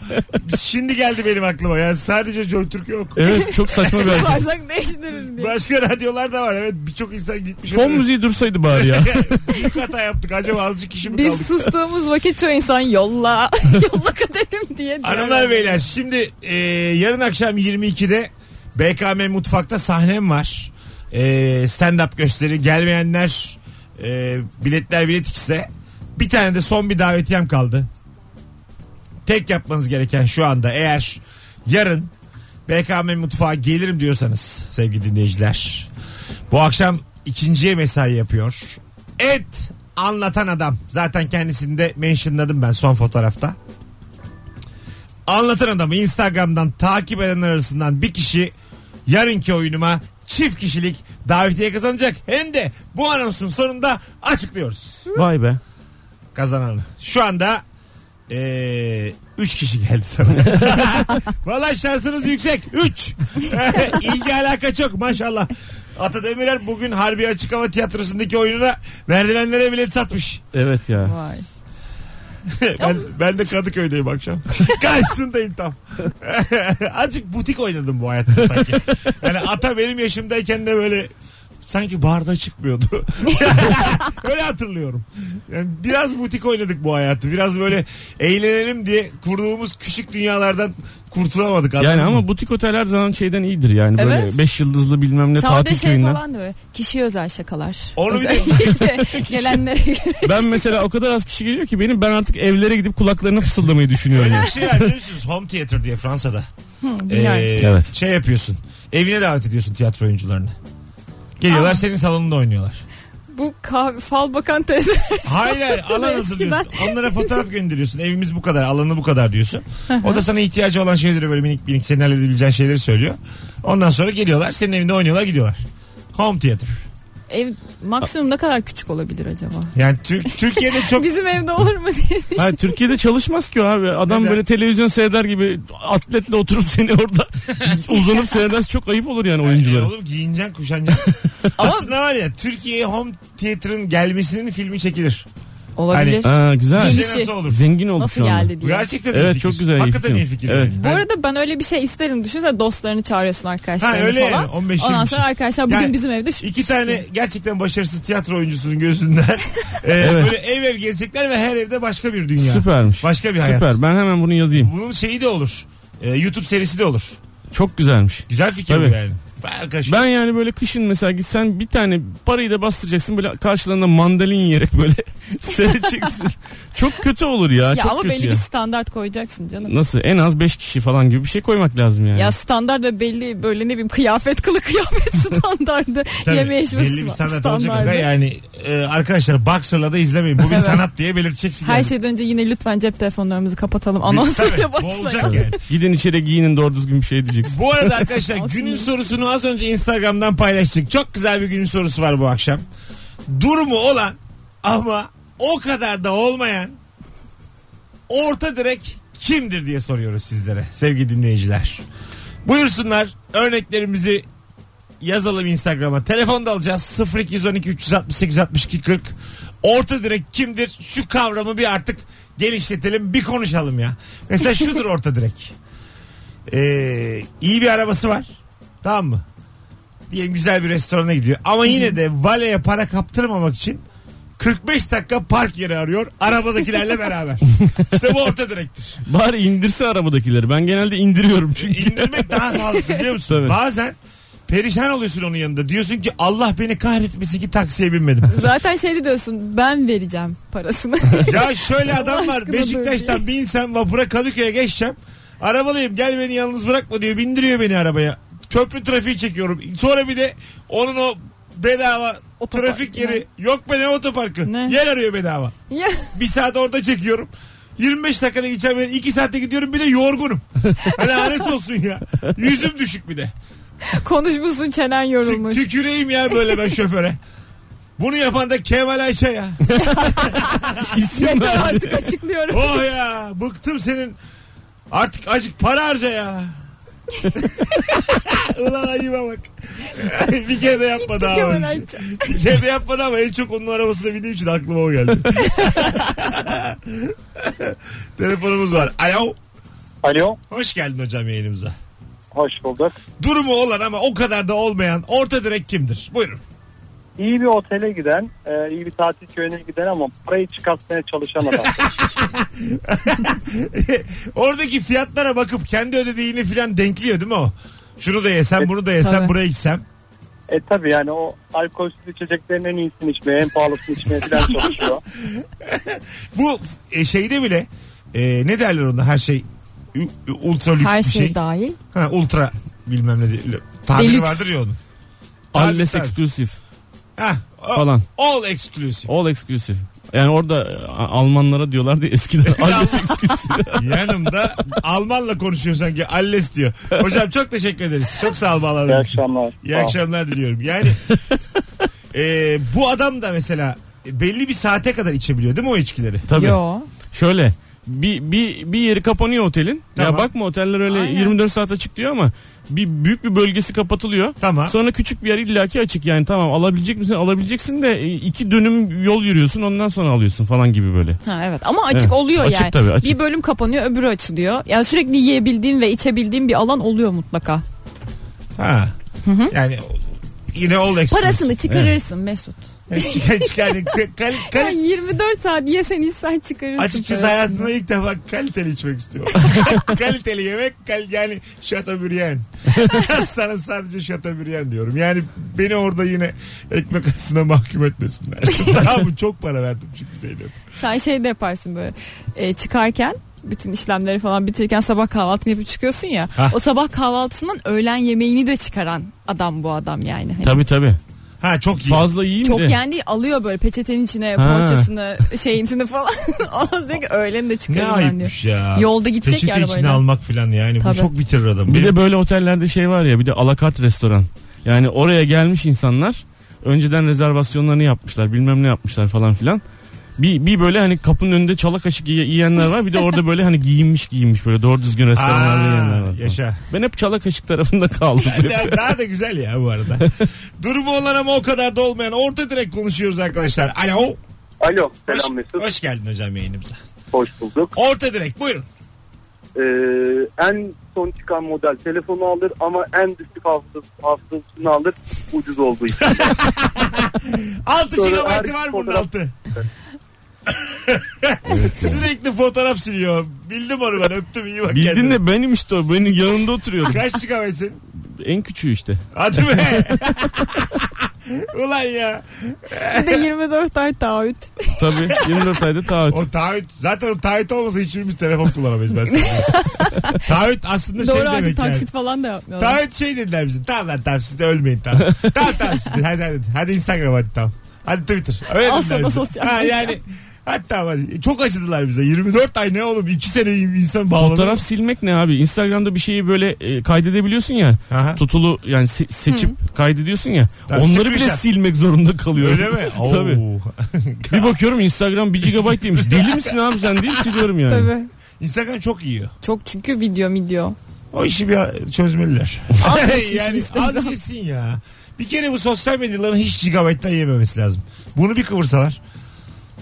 B: Şimdi geldi benim aklıma. Yani sadece Joytürk yok.
D: evet çok saçma bir hareket.
C: Varsak değiştirir diye.
B: Başka radyolar da var. Evet birçok insan gitmiş.
D: Fon müziği dursaydı bari ya.
B: Büyük hata yaptık. Acaba azıcık kişi mi kaldı?
C: Biz sustuğumuz vakit çoğu insan yolla. yolla kaderim diye.
B: Hanımlar beyler şimdi e, yarın akşam 22'de BKM Mutfak'ta sahnem var. E, Stand-up gösteri gelmeyenler e, biletler bilet ikisi. Bir tane de son bir davetiyem kaldı. Tek yapmanız gereken şu anda eğer yarın BKM Mutfak'a gelirim diyorsanız sevgili dinleyiciler. Bu akşam ikinciye mesai yapıyor. Et anlatan adam. Zaten kendisini de mentionladım ben son fotoğrafta. Anlatan adamı Instagram'dan takip edenler arasından bir kişi yarınki oyunuma çift kişilik davetiye kazanacak. Hem de bu anonsun sonunda açıklıyoruz
D: Vay be.
B: kazananı. Şu anda 3 kişi geldi sana. Valla şansınız yüksek. 3. İlgi alaka çok maşallah. Ata Demirer bugün Harbi Açık Hava Tiyatrosu'ndaki oyununa merdivenlere bilet satmış.
D: Evet ya.
C: Vay.
B: ben, ben de Kadıköy'deyim akşam. Karşısındayım tam. Azıcık butik oynadım bu hayatta sanki. Yani ata benim yaşımdayken de böyle sanki barda çıkmıyordu. Öyle hatırlıyorum. Yani biraz butik oynadık bu hayatı. Biraz böyle eğlenelim diye kurduğumuz küçük dünyalardan kurtulamadık.
D: Yani
B: anladın mı?
D: ama butik otel her zaman şeyden iyidir yani.
C: Evet.
D: Böyle 5 yıldızlı bilmem ne
C: Sade
D: tatil
C: şey
D: köyünden.
C: falan da böyle. Kişiye özel şakalar.
B: Onu bir de-
C: Özellikle gelenlere
D: Ben mesela o kadar az kişi geliyor ki benim ben artık evlere gidip kulaklarına fısıldamayı düşünüyorum.
B: Öyle
D: yani.
B: bir şey var biliyor musunuz? Home theater diye Fransa'da.
C: biliyorum.
B: Ee,
D: Evet.
B: Şey yapıyorsun. Evine davet ediyorsun tiyatro oyuncularını. Geliyorlar senin salonunda oynuyorlar.
C: Bu kahve, fal bakan teyze.
B: Hayır hayır alan hazırlıyorsun. Onlara fotoğraf gönderiyorsun. Evimiz bu kadar alanı bu kadar diyorsun. O da sana ihtiyacı olan şeyleri böyle minik minik senin halledebileceğin şeyleri söylüyor. Ondan sonra geliyorlar senin evinde oynuyorlar gidiyorlar. Home theater.
C: Ev maksimum ne kadar küçük olabilir acaba?
B: Yani Tür- Türkiye'de çok
C: Bizim evde olur mu diye
D: Hayır, Türkiye'de çalışmaz ki o abi. Adam
B: Neden?
D: böyle televizyon seyreder gibi atletle oturup seni orada uzanıp seyrederse çok ayıp olur yani
B: E,
D: oyunculara.
B: oğlum giyineceksin kuşanacaksın. Aslında var ya Türkiye'ye home theater'ın gelmesinin filmi çekilir.
C: Olabilir.
D: Aa, güzel.
C: Değil.
B: Bize
C: Gelişi.
B: nasıl olur?
D: Zengin olduk
C: Nasıl
D: şu anda.
C: geldi
B: Bu
C: diye.
B: gerçekten iyi
D: Evet,
B: fikir.
D: çok güzel, iyi
B: Hakikaten
D: fikir.
B: iyi fikir.
D: Evet.
B: Ben-
C: Bu arada ben öyle bir şey isterim. Düşünsene dostlarını çağırıyorsun arkadaşlarını
B: Ha, öyle
C: falan.
B: yani, 15
C: Ondan
B: 20
C: sonra arkadaşlar bugün
B: Yani
C: bizim evde şu
B: İki tane gerçekten başarısız tiyatro oyuncusunun gözünden e, böyle ev ev gezecekler ve her evde başka bir dünya.
D: Süpermiş.
B: Başka bir hayat.
D: Süper. Ben hemen bunu yazayım.
B: Bunun şeyi de olur. E, YouTube serisi de olur.
D: Çok güzelmiş.
B: Güzel fikir bu
D: Tabii.
B: yani. Vay Arkadaş.
D: Ben yani böyle kışın mesela gitsen bir tane parayı da bastıracaksın böyle karşılarında mandalin yiyerek böyle seyredeceksin. çok kötü olur ya.
C: ya
D: çok
C: ama
D: kötü
C: belli
D: ya.
C: bir standart koyacaksın canım.
D: Nasıl en az 5 kişi falan gibi bir şey koymak lazım yani.
C: Ya standart ve belli böyle ne bileyim kıyafet kılı kıyafet standardı.
B: Tabii,
C: Yeme içme
B: belli bir standart olacak. aga.
C: standardı.
B: Yani e, arkadaşlar boxer'la da izlemeyin. Bu bir sanat diye belirteceksin.
C: Her şey
B: yani.
C: şeyden önce yine lütfen cep telefonlarımızı kapatalım.
B: Tabii,
C: Anonsuyla
B: bu olacak
C: başlayalım.
B: yani.
D: Gidin içeri giyinin doğru düzgün bir şey diyeceksin.
B: Bu arada arkadaşlar
C: Aslında.
B: günün sorusunu az önce Instagram'dan paylaştık. Çok güzel bir günün sorusu var bu akşam. Durumu olan ama o kadar da olmayan orta direk kimdir diye soruyoruz sizlere sevgili dinleyiciler. Buyursunlar örneklerimizi yazalım Instagram'a. Telefon da alacağız 0212 368 62 40. Orta direk kimdir? Şu kavramı bir artık genişletelim bir konuşalım ya. Mesela şudur orta direk ee, iyi bir arabası var. Tamam mı? Diyelim güzel bir restorana gidiyor. Ama yine de valeye para kaptırmamak için 45 dakika park yeri arıyor. Arabadakilerle beraber. işte bu orta direktir.
D: Bari indirse arabadakileri. Ben genelde indiriyorum çünkü.
B: İndirmek daha sağlıklı biliyor musun?
D: Tabii.
B: Bazen perişan oluyorsun onun yanında. Diyorsun ki Allah beni kahretmesin ki taksiye binmedim.
C: Zaten şey diyorsun ben vereceğim parasını.
B: ya şöyle adam
C: Allah
B: var
C: aşkına
B: Beşiktaş'tan bir insan vapura Kadıköy'e geçeceğim. Arabalıyım gel beni yalnız bırakma diyor. Bindiriyor beni arabaya. Köprü trafiği çekiyorum. Sonra bir de onun o bedava
C: Otopark,
B: trafik yeri yok be ne otoparkı.
C: Ne?
B: Yer arıyor bedava.
C: Ya,
B: Bir saat orada çekiyorum. 25 dakikada gideceğim yani 2 saatte gidiyorum bir de yorgunum. Hani alet olsun ya. Yüzüm düşük bir de.
C: Konuşmuşsun çenen
B: Tü-
C: yorulmuş.
B: tüküreyim ya böyle ben şoföre. Bunu yapan da Kemal Ayça ya.
D: İsim
C: Yeter
D: verdi.
C: artık açıklıyorum.
B: Oh ya bıktım senin. Artık acık para harca ya. Ulan ayıma bak. bir kere de yapmadı
C: Gitti
B: daha
C: Kemal
B: önce.
C: Ayça.
B: Bir kere de yapmadı ama en çok onun arabasını bindiğim için aklıma o geldi. Telefonumuz var. Alo.
F: Alo.
B: Hoş geldin hocam yayınımıza.
F: Hoş bulduk.
B: Durumu olan ama o kadar da olmayan orta direk kimdir? Buyurun.
F: İyi bir otele giden, e, iyi bir tatil köyüne giden ama parayı çıkartmaya çalışan adam.
B: Oradaki fiyatlara bakıp kendi ödediğini filan denkliyor değil mi o? Şunu da yesem, bunu da yesem,
C: Tabii.
B: buraya gitsem.
F: e tabi yani o alkolsüz içeceklerin en iyisini içmeye, en pahalısını içmeye falan çalışıyor.
B: Bu e, şeyde bile e, ne derler ona her şey ü- ü- ultra lüks
C: Her
B: bir şey.
C: şey dahil.
B: Ha, ultra bilmem ne diye- tabiri
C: Deluxe.
B: vardır ya onun.
D: Alles
B: Tabii, tabii.
D: exclusive
B: Ha, o-
D: falan.
B: All exclusive.
D: All exclusive. Yani orada e, Almanlara diyorlardı ya eskiden. Alles exclusive.
B: Yanımda Almanla konuşuyor sanki. Alles diyor. Hocam çok teşekkür ederiz. Çok sağ ol bağlandığınız
F: İyi
B: için.
F: akşamlar.
B: İyi akşamlar diliyorum. Yani e, bu adam da mesela e, belli bir saate kadar içebiliyor değil mi o içkileri?
D: Tabii.
C: Yo.
D: Şöyle bir, bir, bir yeri kapanıyor otelin.
B: Tamam.
D: Ya bakma oteller öyle
C: Aynen.
D: 24 saat açık diyor ama bir büyük bir bölgesi kapatılıyor.
B: Tamam.
D: Sonra küçük bir yer illaki açık yani tamam alabilecek misin alabileceksin de e, iki dönüm yol yürüyorsun ondan sonra alıyorsun falan gibi böyle.
C: Ha evet ama açık
D: Evet.
C: oluyor
D: Açık
C: yani.
D: tabii, açık.
C: Bir bölüm kapanıyor, öbürü açılıyor. Yani sürekli yiyebildiğin ve içebildiğin bir alan oluyor mutlaka.
B: Ha. Yani yine all exclusive.
C: Parasını çıkarırsın Mesut.
B: Yani çıkar çıkar. Yani ka- kal- kal-
C: Yani 24 saat yesen insan çıkarırsın.
B: Açıkçası
C: parasını.
B: hayatımda ilk defa kaliteli içmek istiyorum. kaliteli yemek kal yani şatöbüryen. Sana sadece şatöbüryen diyorum. Yani beni orada yine ekmek arasına mahkum etmesinler. Daha bu çok para verdim çünkü Zeynep.
C: Sen şey de yaparsın böyle e, çıkarken bütün işlemleri falan bitirirken sabah kahvaltını yapıp çıkıyorsun ya.
B: Hah.
C: O sabah kahvaltısından öğlen yemeğini de çıkaran adam bu adam yani. Hani
D: Tabi tabi.
B: Ha çok iyi.
D: Fazla yiyeyim
C: Çok
D: de.
C: yendi alıyor böyle peçetenin içine
D: Ha.
C: poğaçasını şeyini falan. Ondan sonra öğlen de
B: ne
C: çıkarım ben diyor.
B: ayıpmış ya.
C: Yolda gidecek ya
B: Peçete içine
C: arabayla.
B: almak filan yani.
C: Tabii.
B: Bu çok bitirir adamı.
D: Bir
B: Benim-
D: de böyle otellerde şey var ya bir de alakart restoran. Yani oraya gelmiş insanlar önceden rezervasyonlarını yapmışlar bilmem ne yapmışlar falan filan. Bir, bir böyle hani kapının önünde çala kaşık yiye- yiyenler var. Bir de orada böyle hani giyinmiş giyinmiş böyle doğru düzgün restoranlarda yiyenler var.
B: Aa,
D: falan.
B: yaşa.
D: Ben hep çala kaşık tarafında kaldım.
B: Ya, daha da güzel ya bu arada. Durumu olan ama o kadar da olmayan orta direkt konuşuyoruz arkadaşlar. Alo.
F: Alo
B: Hoş,
F: selam Mesut.
B: hoş geldin hocam yayınımıza.
F: Hoş bulduk.
B: Orta direkt buyurun.
F: Ee, en son çıkan model telefonu alır ama en düşük hafızası, hafızasını alır ucuz olduğu için.
B: 6
F: Sonra
B: gigabaytı
F: hariç
B: var bunun
F: fotoğraf-
B: altı. Sürekli fotoğraf siliyor. Bildim onu ben öptüm iyi bak.
D: Bildin
B: kendine.
D: de benim işte o. Benim yanında oturuyordum.
B: Kaç gigabaytın?
D: en küçüğü işte.
B: Hadi be. Ulan ya.
C: Bir de 24 ay taahhüt.
D: Tabii 24 ayda taahhüt.
B: O taahhüt. Zaten o taahhüt olmasa hiçbirimiz telefon kullanamayız ben sana. diyeyim. taahhüt aslında şey
C: Doğru
B: demek yani.
C: artık taksit falan da yapmıyorlar.
B: Taahhüt şey dediler bize. Tamam lan tamam siz de ölmeyin tamam. tamam tamam siz de hadi hadi. Hadi Instagram hadi tamam. Hadi Twitter. Öyle
C: Al
B: dediler
C: sana
B: bize.
C: sosyal
B: Ha,
C: medya.
B: yani Hatta hadi. çok acıdılar bize. 24 ay ne oğlum 2 sene insan bağlanıyor.
D: Fotoğraf silmek ne abi? Instagram'da bir şeyi böyle e, kaydedebiliyorsun ya.
B: Aha.
D: Tutulu yani se- seçip kaydediyorsun ya.
B: Tabii,
D: onları bile
B: screenshot.
D: silmek zorunda kalıyor.
B: Öyle mi? Oo.
D: Tabii. Bir bakıyorum Instagram 1 GB demiş. Deli misin abi sen deyip siliyorum yani.
C: Tabii.
B: Instagram çok yiyor.
C: Çok çünkü video video.
B: O işi bir çözmeliler. yani
C: Instagram.
B: az yesin ya. Bir kere bu sosyal medyaların hiç gigabayttan yememesi lazım. Bunu bir kıvırsalar.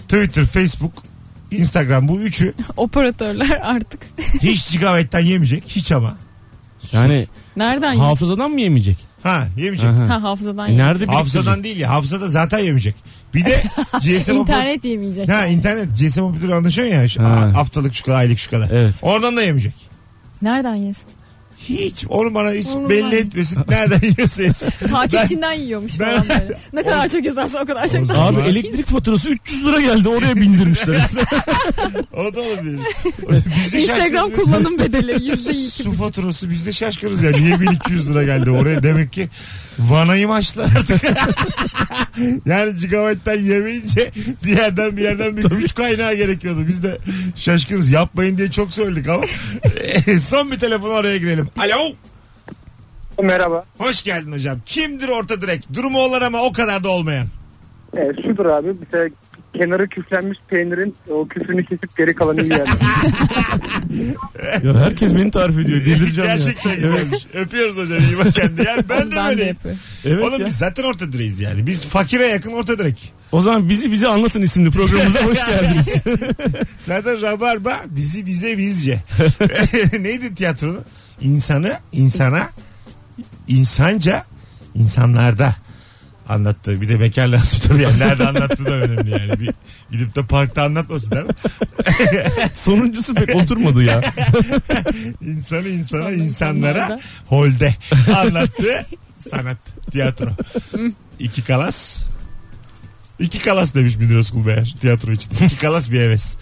B: Twitter, Facebook, Instagram bu üçü
C: Operatörler artık.
B: hiç gigabayttan yemeyecek. Hiç ama.
D: Yani
C: Nereden yiyecek?
D: hafızadan mı yemeyecek?
B: Ha yemeyecek.
D: Aha.
C: Ha, hafızadan
D: E,
C: yiyecek.
D: nerede biriktirecek?
B: Hafızadan değil ya. Hafızada zaten yemeyecek. Bir de GSM operatörü-
C: İnternet yemeyecek.
B: Ha internet GSM operatörü anlaşıyorsun ya şu-
D: Ha.
B: haftalık şu kadar aylık şu kadar.
D: Evet.
B: Oradan da yemeyecek.
C: Nereden yesin?
B: Hiç onu bana hiç
C: Onu
B: belli
C: bana-
B: etmesin. Nereden yiyorsunuz?
C: Takipçinden yiyormuş
B: ben-
C: falan böyle. Ne kadar çok yazarsa o kadar çok.
D: Abi
B: Var.
D: elektrik faturası 300 lira geldi oraya bindirmişler.
B: o da olabilir. Biz de
C: Instagram
B: şaşkınız.
C: kullanım bedeli yüzde iki.
B: Su faturası biz de şaşkınız ya. Niye 1200 lira geldi oraya? Demek ki vanayı maçlar artık. yani gigabyte'den yemeyince bir yerden bir yerden bir güç kaynağı gerekiyordu. Biz de şaşkınız. Yapmayın diye çok söyledik ama. e, Son bir telefon oraya girelim. Alo.
F: Merhaba.
B: Hoş geldin hocam. Kimdir orta direkt? Durumu olan ama o kadar da olmayan.
F: Ee, şudur abi bir tane kenarı küflenmiş peynirin o küfünü kesip geri kalanını yiyen.
D: ya herkes beni tarif ediyor. Delireceğim ya.
B: Gerçekten güzelmiş. Öpüyoruz hocam. iyi bak kendine. Yani ben de
C: Ben de
B: böyle.
C: yapıyorum.
D: Evet
B: Oğlum
D: ya.
B: biz zaten orta direğiz yani. Biz fakire yakın orta direk.
D: O zaman bizi bize anlatın isimli programımıza hoş geldiniz.
B: Zaten rabarba bizi bize bizce. Neydi tiyatronun? İnsanı insana insanca insanlarda anlattı. Bir de bekar lazım tabii. Yani nerede anlattığı da önemli yani. Bir gidip de parkta anlatmasın değil mi?
D: Sonuncusu pek oturmadı ya.
B: İnsanı insana
C: İnsanı
B: insanlara
C: insanlarda.
B: holde anlattı. Sanat, tiyatro. İki kalas. İki kalas demiş Münir Özkul Beyler tiyatro için. İki kalas bir heves.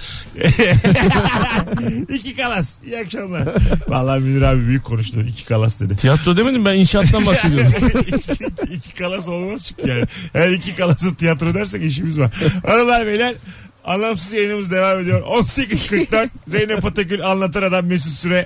B: İki kalas. İyi akşamlar. Vallahi Münir abi büyük konuştu. İki kalas dedi.
D: Tiyatro demedim ben inşaattan bahsediyorum.
B: iki, iki kalas olmaz çünkü yani. Her iki kalası tiyatro dersek işimiz var. Aralar beyler anlamsız yayınımız devam ediyor. 18.44 Zeynep Atakül anlatan adam Mesut Süre.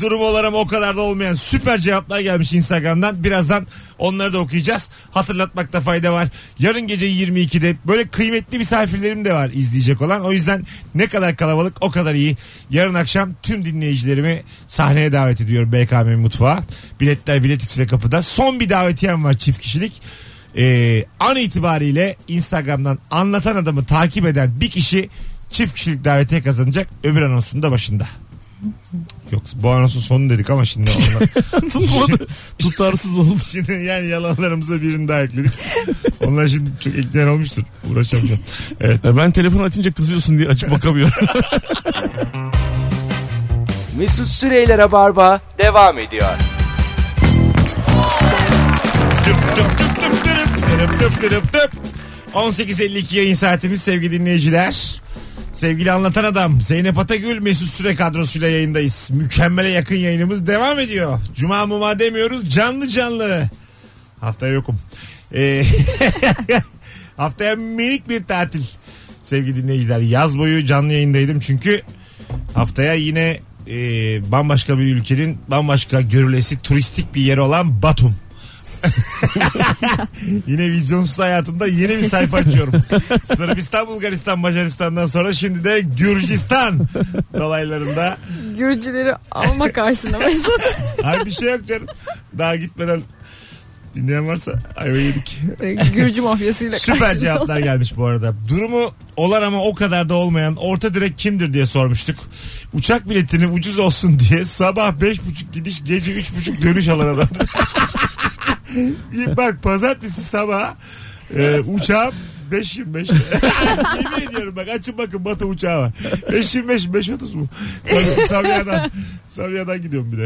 B: Durum olarak o kadar da olmayan süper cevaplar gelmiş Instagram'dan. Birazdan onları da okuyacağız. Hatırlatmakta fayda var. Yarın gece 22'de böyle kıymetli misafirlerim de var izleyecek olan. O yüzden ne kadar kalabalık o kadar iyi. Yarın akşam tüm dinleyicilerimi sahneye davet ediyorum BKM Mutfağı. Biletler Bilet X ve kapıda. Son bir davetiyem var çift kişilik. Ee, an itibariyle Instagram'dan anlatan adamı takip eden bir kişi çift kişilik davetiye kazanacak. Öbür anonsun da başında. Yoksa bu anonsun sonu dedik ama şimdi onlar...
D: Tutmadı. Tutarsız oldu.
B: Şimdi yani yalanlarımıza birini daha ekledik. Onlar şimdi çok ekleyen olmuştur. Uğraşamayacağım. Evet.
D: Ya E, Ben telefon açınca kızıyorsun diye açıp bakamıyorum.
A: Mesut Süreyler'e barba devam ediyor.
B: Tıp tıp tıp tıp tırıp, tırıp tıp tırıp tıp. 18.52 yayın saatimiz sevgili dinleyiciler. Sevgili anlatan adam Zeynep Atagül Mesut Süre kadrosuyla yayındayız. Mükemmele yakın yayınımız devam ediyor. Cuma muma demiyoruz canlı canlı. Haftaya yokum. Ee, haftaya minik bir tatil. Sevgili dinleyiciler yaz boyu canlı yayındaydım çünkü haftaya yine e, bambaşka bir ülkenin bambaşka görülesi turistik bir yeri olan Batum. Yine vizyonsuz hayatımda yeni bir sayfa açıyorum. Sırbistan, Bulgaristan, Macaristan'dan sonra şimdi de Gürcistan dolaylarında.
C: Gürcüleri alma karşına Mesut.
B: Ay bir şey yok canım. Daha gitmeden dinleyen varsa ayva yedik.
C: Gürcü mafyasıyla
B: Süper
C: karşına.
B: cevaplar gelmiş bu arada. Durumu olan ama o kadar da olmayan orta direk kimdir diye sormuştuk. Uçak biletini ucuz olsun diye sabah 5.30 gidiş gece 3.30 dönüş alan adam. Bir bak pazartesi sabah e, uçağım 5.25'te. Yemin ediyorum bak açın bakın Batı uçağı var. 5.25 5.30 mu? Tabii, Sabiha'dan. Sabiha'dan gidiyorum bir de.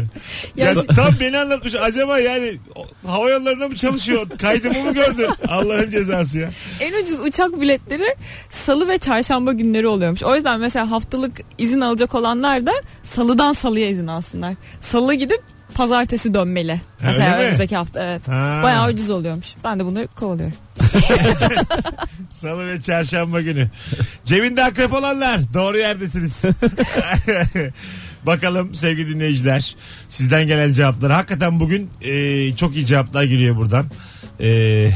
B: Ya
C: Yani-
B: tam beni anlatmış. Acaba yani o- hava yollarına mı çalışıyor? Kaydımı mı gördü? Allah'ın cezası ya.
C: En ucuz uçak biletleri salı ve çarşamba günleri oluyormuş. O yüzden mesela haftalık izin alacak olanlar da salıdan salıya izin alsınlar. Salı gidip pazartesi dönmeli. Mesela
B: öyle mi?
C: önümüzdeki hafta evet.
B: Ha.
C: Bayağı ucuz oluyormuş. Ben de bunları kovalıyorum.
B: Salı ve çarşamba günü. Cebinde akrep olanlar doğru yerdesiniz. Bakalım sevgili dinleyiciler sizden gelen cevaplar. Hakikaten bugün e, çok iyi cevaplar geliyor buradan. E,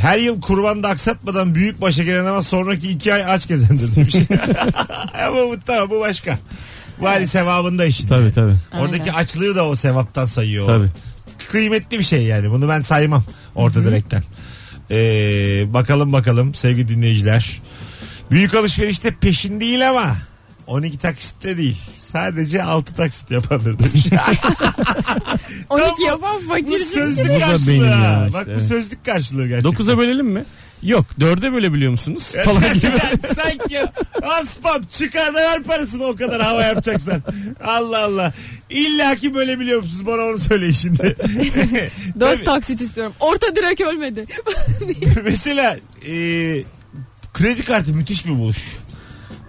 B: her yıl kurbanda aksatmadan büyük başa gelen ama sonraki iki ay aç gezendir demiş. ama bu, tamam, bu başka. Vali sevabında işin.
D: tabii tabii.
B: Oradaki
C: Aynen.
B: açlığı da o sevaptan sayıyor.
D: Tabii.
B: Kıymetli bir şey yani. Bunu ben saymam orta direkten. Ee, bakalım bakalım sevgili dinleyiciler. Büyük alışverişte peşin değil ama 12 taksitte değil. Sadece 6 taksit yapandır demiş.
C: 12
B: Tamam.
C: yapan
B: bu
C: fakir.
B: sözlük
D: Bu da
B: karşılığı.
D: benim ya
B: ha.
D: işte,
B: Bak bu
D: evet.
B: sözlük karşılığı gerçekten.
D: 9'a bölelim mi? Yok dörde bölebiliyor musunuz? Falan gibi.
B: Sanki aspam çıkar da ver parasını o kadar hava yapacaksan. Allah Allah. İlla ki böyle biliyor musunuz bana onu söyleyin şimdi.
C: Dört
B: Tabii.
C: taksit istiyorum. Orta direk ölmedi.
B: Mesela e, kredi kartı müthiş bir buluş.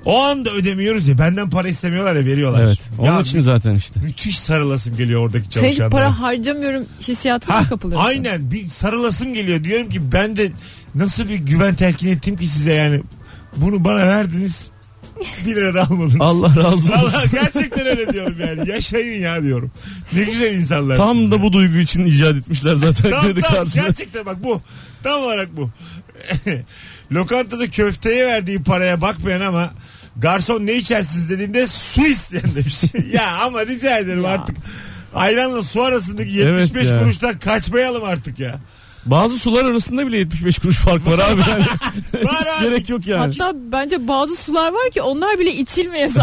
B: O anda ödemiyoruz ya benden para istemiyorlar ya veriyorlar.
D: Evet. Onun
B: Ya
D: için zaten işte.
B: Müthiş sarılasım geliyor oradaki
C: Sen hiç
B: çalışanlara.
C: para harcamıyorum hissiyatına
B: Ha,
C: mı kapılıyorsun?
B: Aynen bir sarılasım geliyor. Diyorum ki ben de nasıl bir güven telkin ettim ki size yani. Bunu bana verdiniz. Bir lira da almadınız.
D: Allah razı olsun.
B: Vallahi gerçekten öyle diyorum yani. Yaşayın ya diyorum. Ne güzel insanlar.
D: Tam da bu duygu için icat etmişler zaten
B: Tam,
D: kredi
B: tam
D: kartını.
B: gerçekten bak bu. Tam olarak bu. Lokantada köfteye verdiği paraya bakmayan ama garson ne içersiniz dediğimde su isteyen demiş. ya ama rica ederim
C: Ya.
B: artık. Ayranla su arasındaki
D: Evet
B: 75
D: ya.
B: kuruştan kaçmayalım artık ya.
D: Bazı sular arasında bile 75 kuruş fark var abi. Yani.
B: Var abi.
D: Gerek yok yani.
C: Hatta bence bazı sular var ki onlar bile içilmeyesi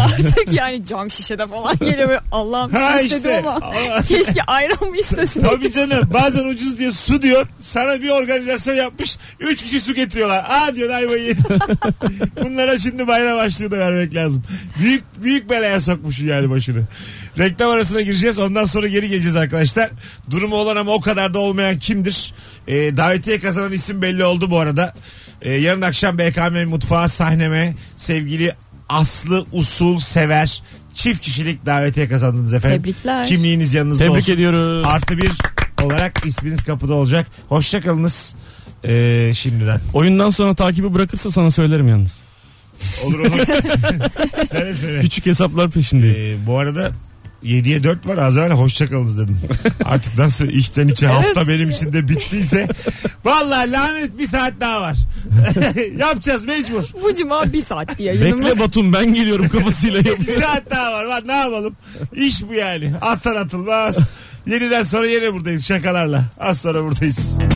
C: artık yani cam şişede falan geliyor böyle Allah'ım
B: Ha
C: su istedim
B: işte.
C: ama
B: Allah.
C: keşke ayran mı istesin.
B: Tabii canım bazen ucuz diye su diyor. Sana bir organizasyon yapmış. Üç kişi su getiriyorlar. Aa diyor ayvayı yedik. Bunlara şimdi bayram başlığı da vermek lazım. Büyük büyük belaya sokmuşsun yani başını. Reklam arasına gireceğiz. Ondan sonra geri geleceğiz arkadaşlar. Durumu olan ama o kadar da olmayan kimdir? Ee, davetiye kazanan isim belli oldu bu arada. Ee, yarın akşam BKM Mutfağı sahneme sevgili Aslı Usul Sever çift kişilik davetiye kazandınız efendim.
C: Tebrikler.
B: Kimliğiniz yanınızda
D: Tebrik
B: olsun.
D: ediyoruz.
B: Artı bir olarak isminiz kapıda olacak. Hoşçakalınız ee, şimdiden.
D: Oyundan sonra takibi bırakırsa sana söylerim yalnız.
B: Olur olur. söyle söyle.
D: Küçük hesaplar peşindeyim.
B: Ee, bu arada 7'ye 4 var az evvel hoşçakalınız dedim. Artık nasıl içten içe hafta benim için de bittiyse. Vallahi lanet bir saat daha var. Yapacağız mecbur.
C: Bu cuma bir saat diye
B: Ee,
C: yayınımız.
D: Bekle Batum ben geliyorum kafasıyla yapıyor.
B: Bir saat daha var. Lan ne yapalım? İş bu yani. Atsan atılmaz. Yeniden sonra yine buradayız şakalarla. Az sonra buradayız.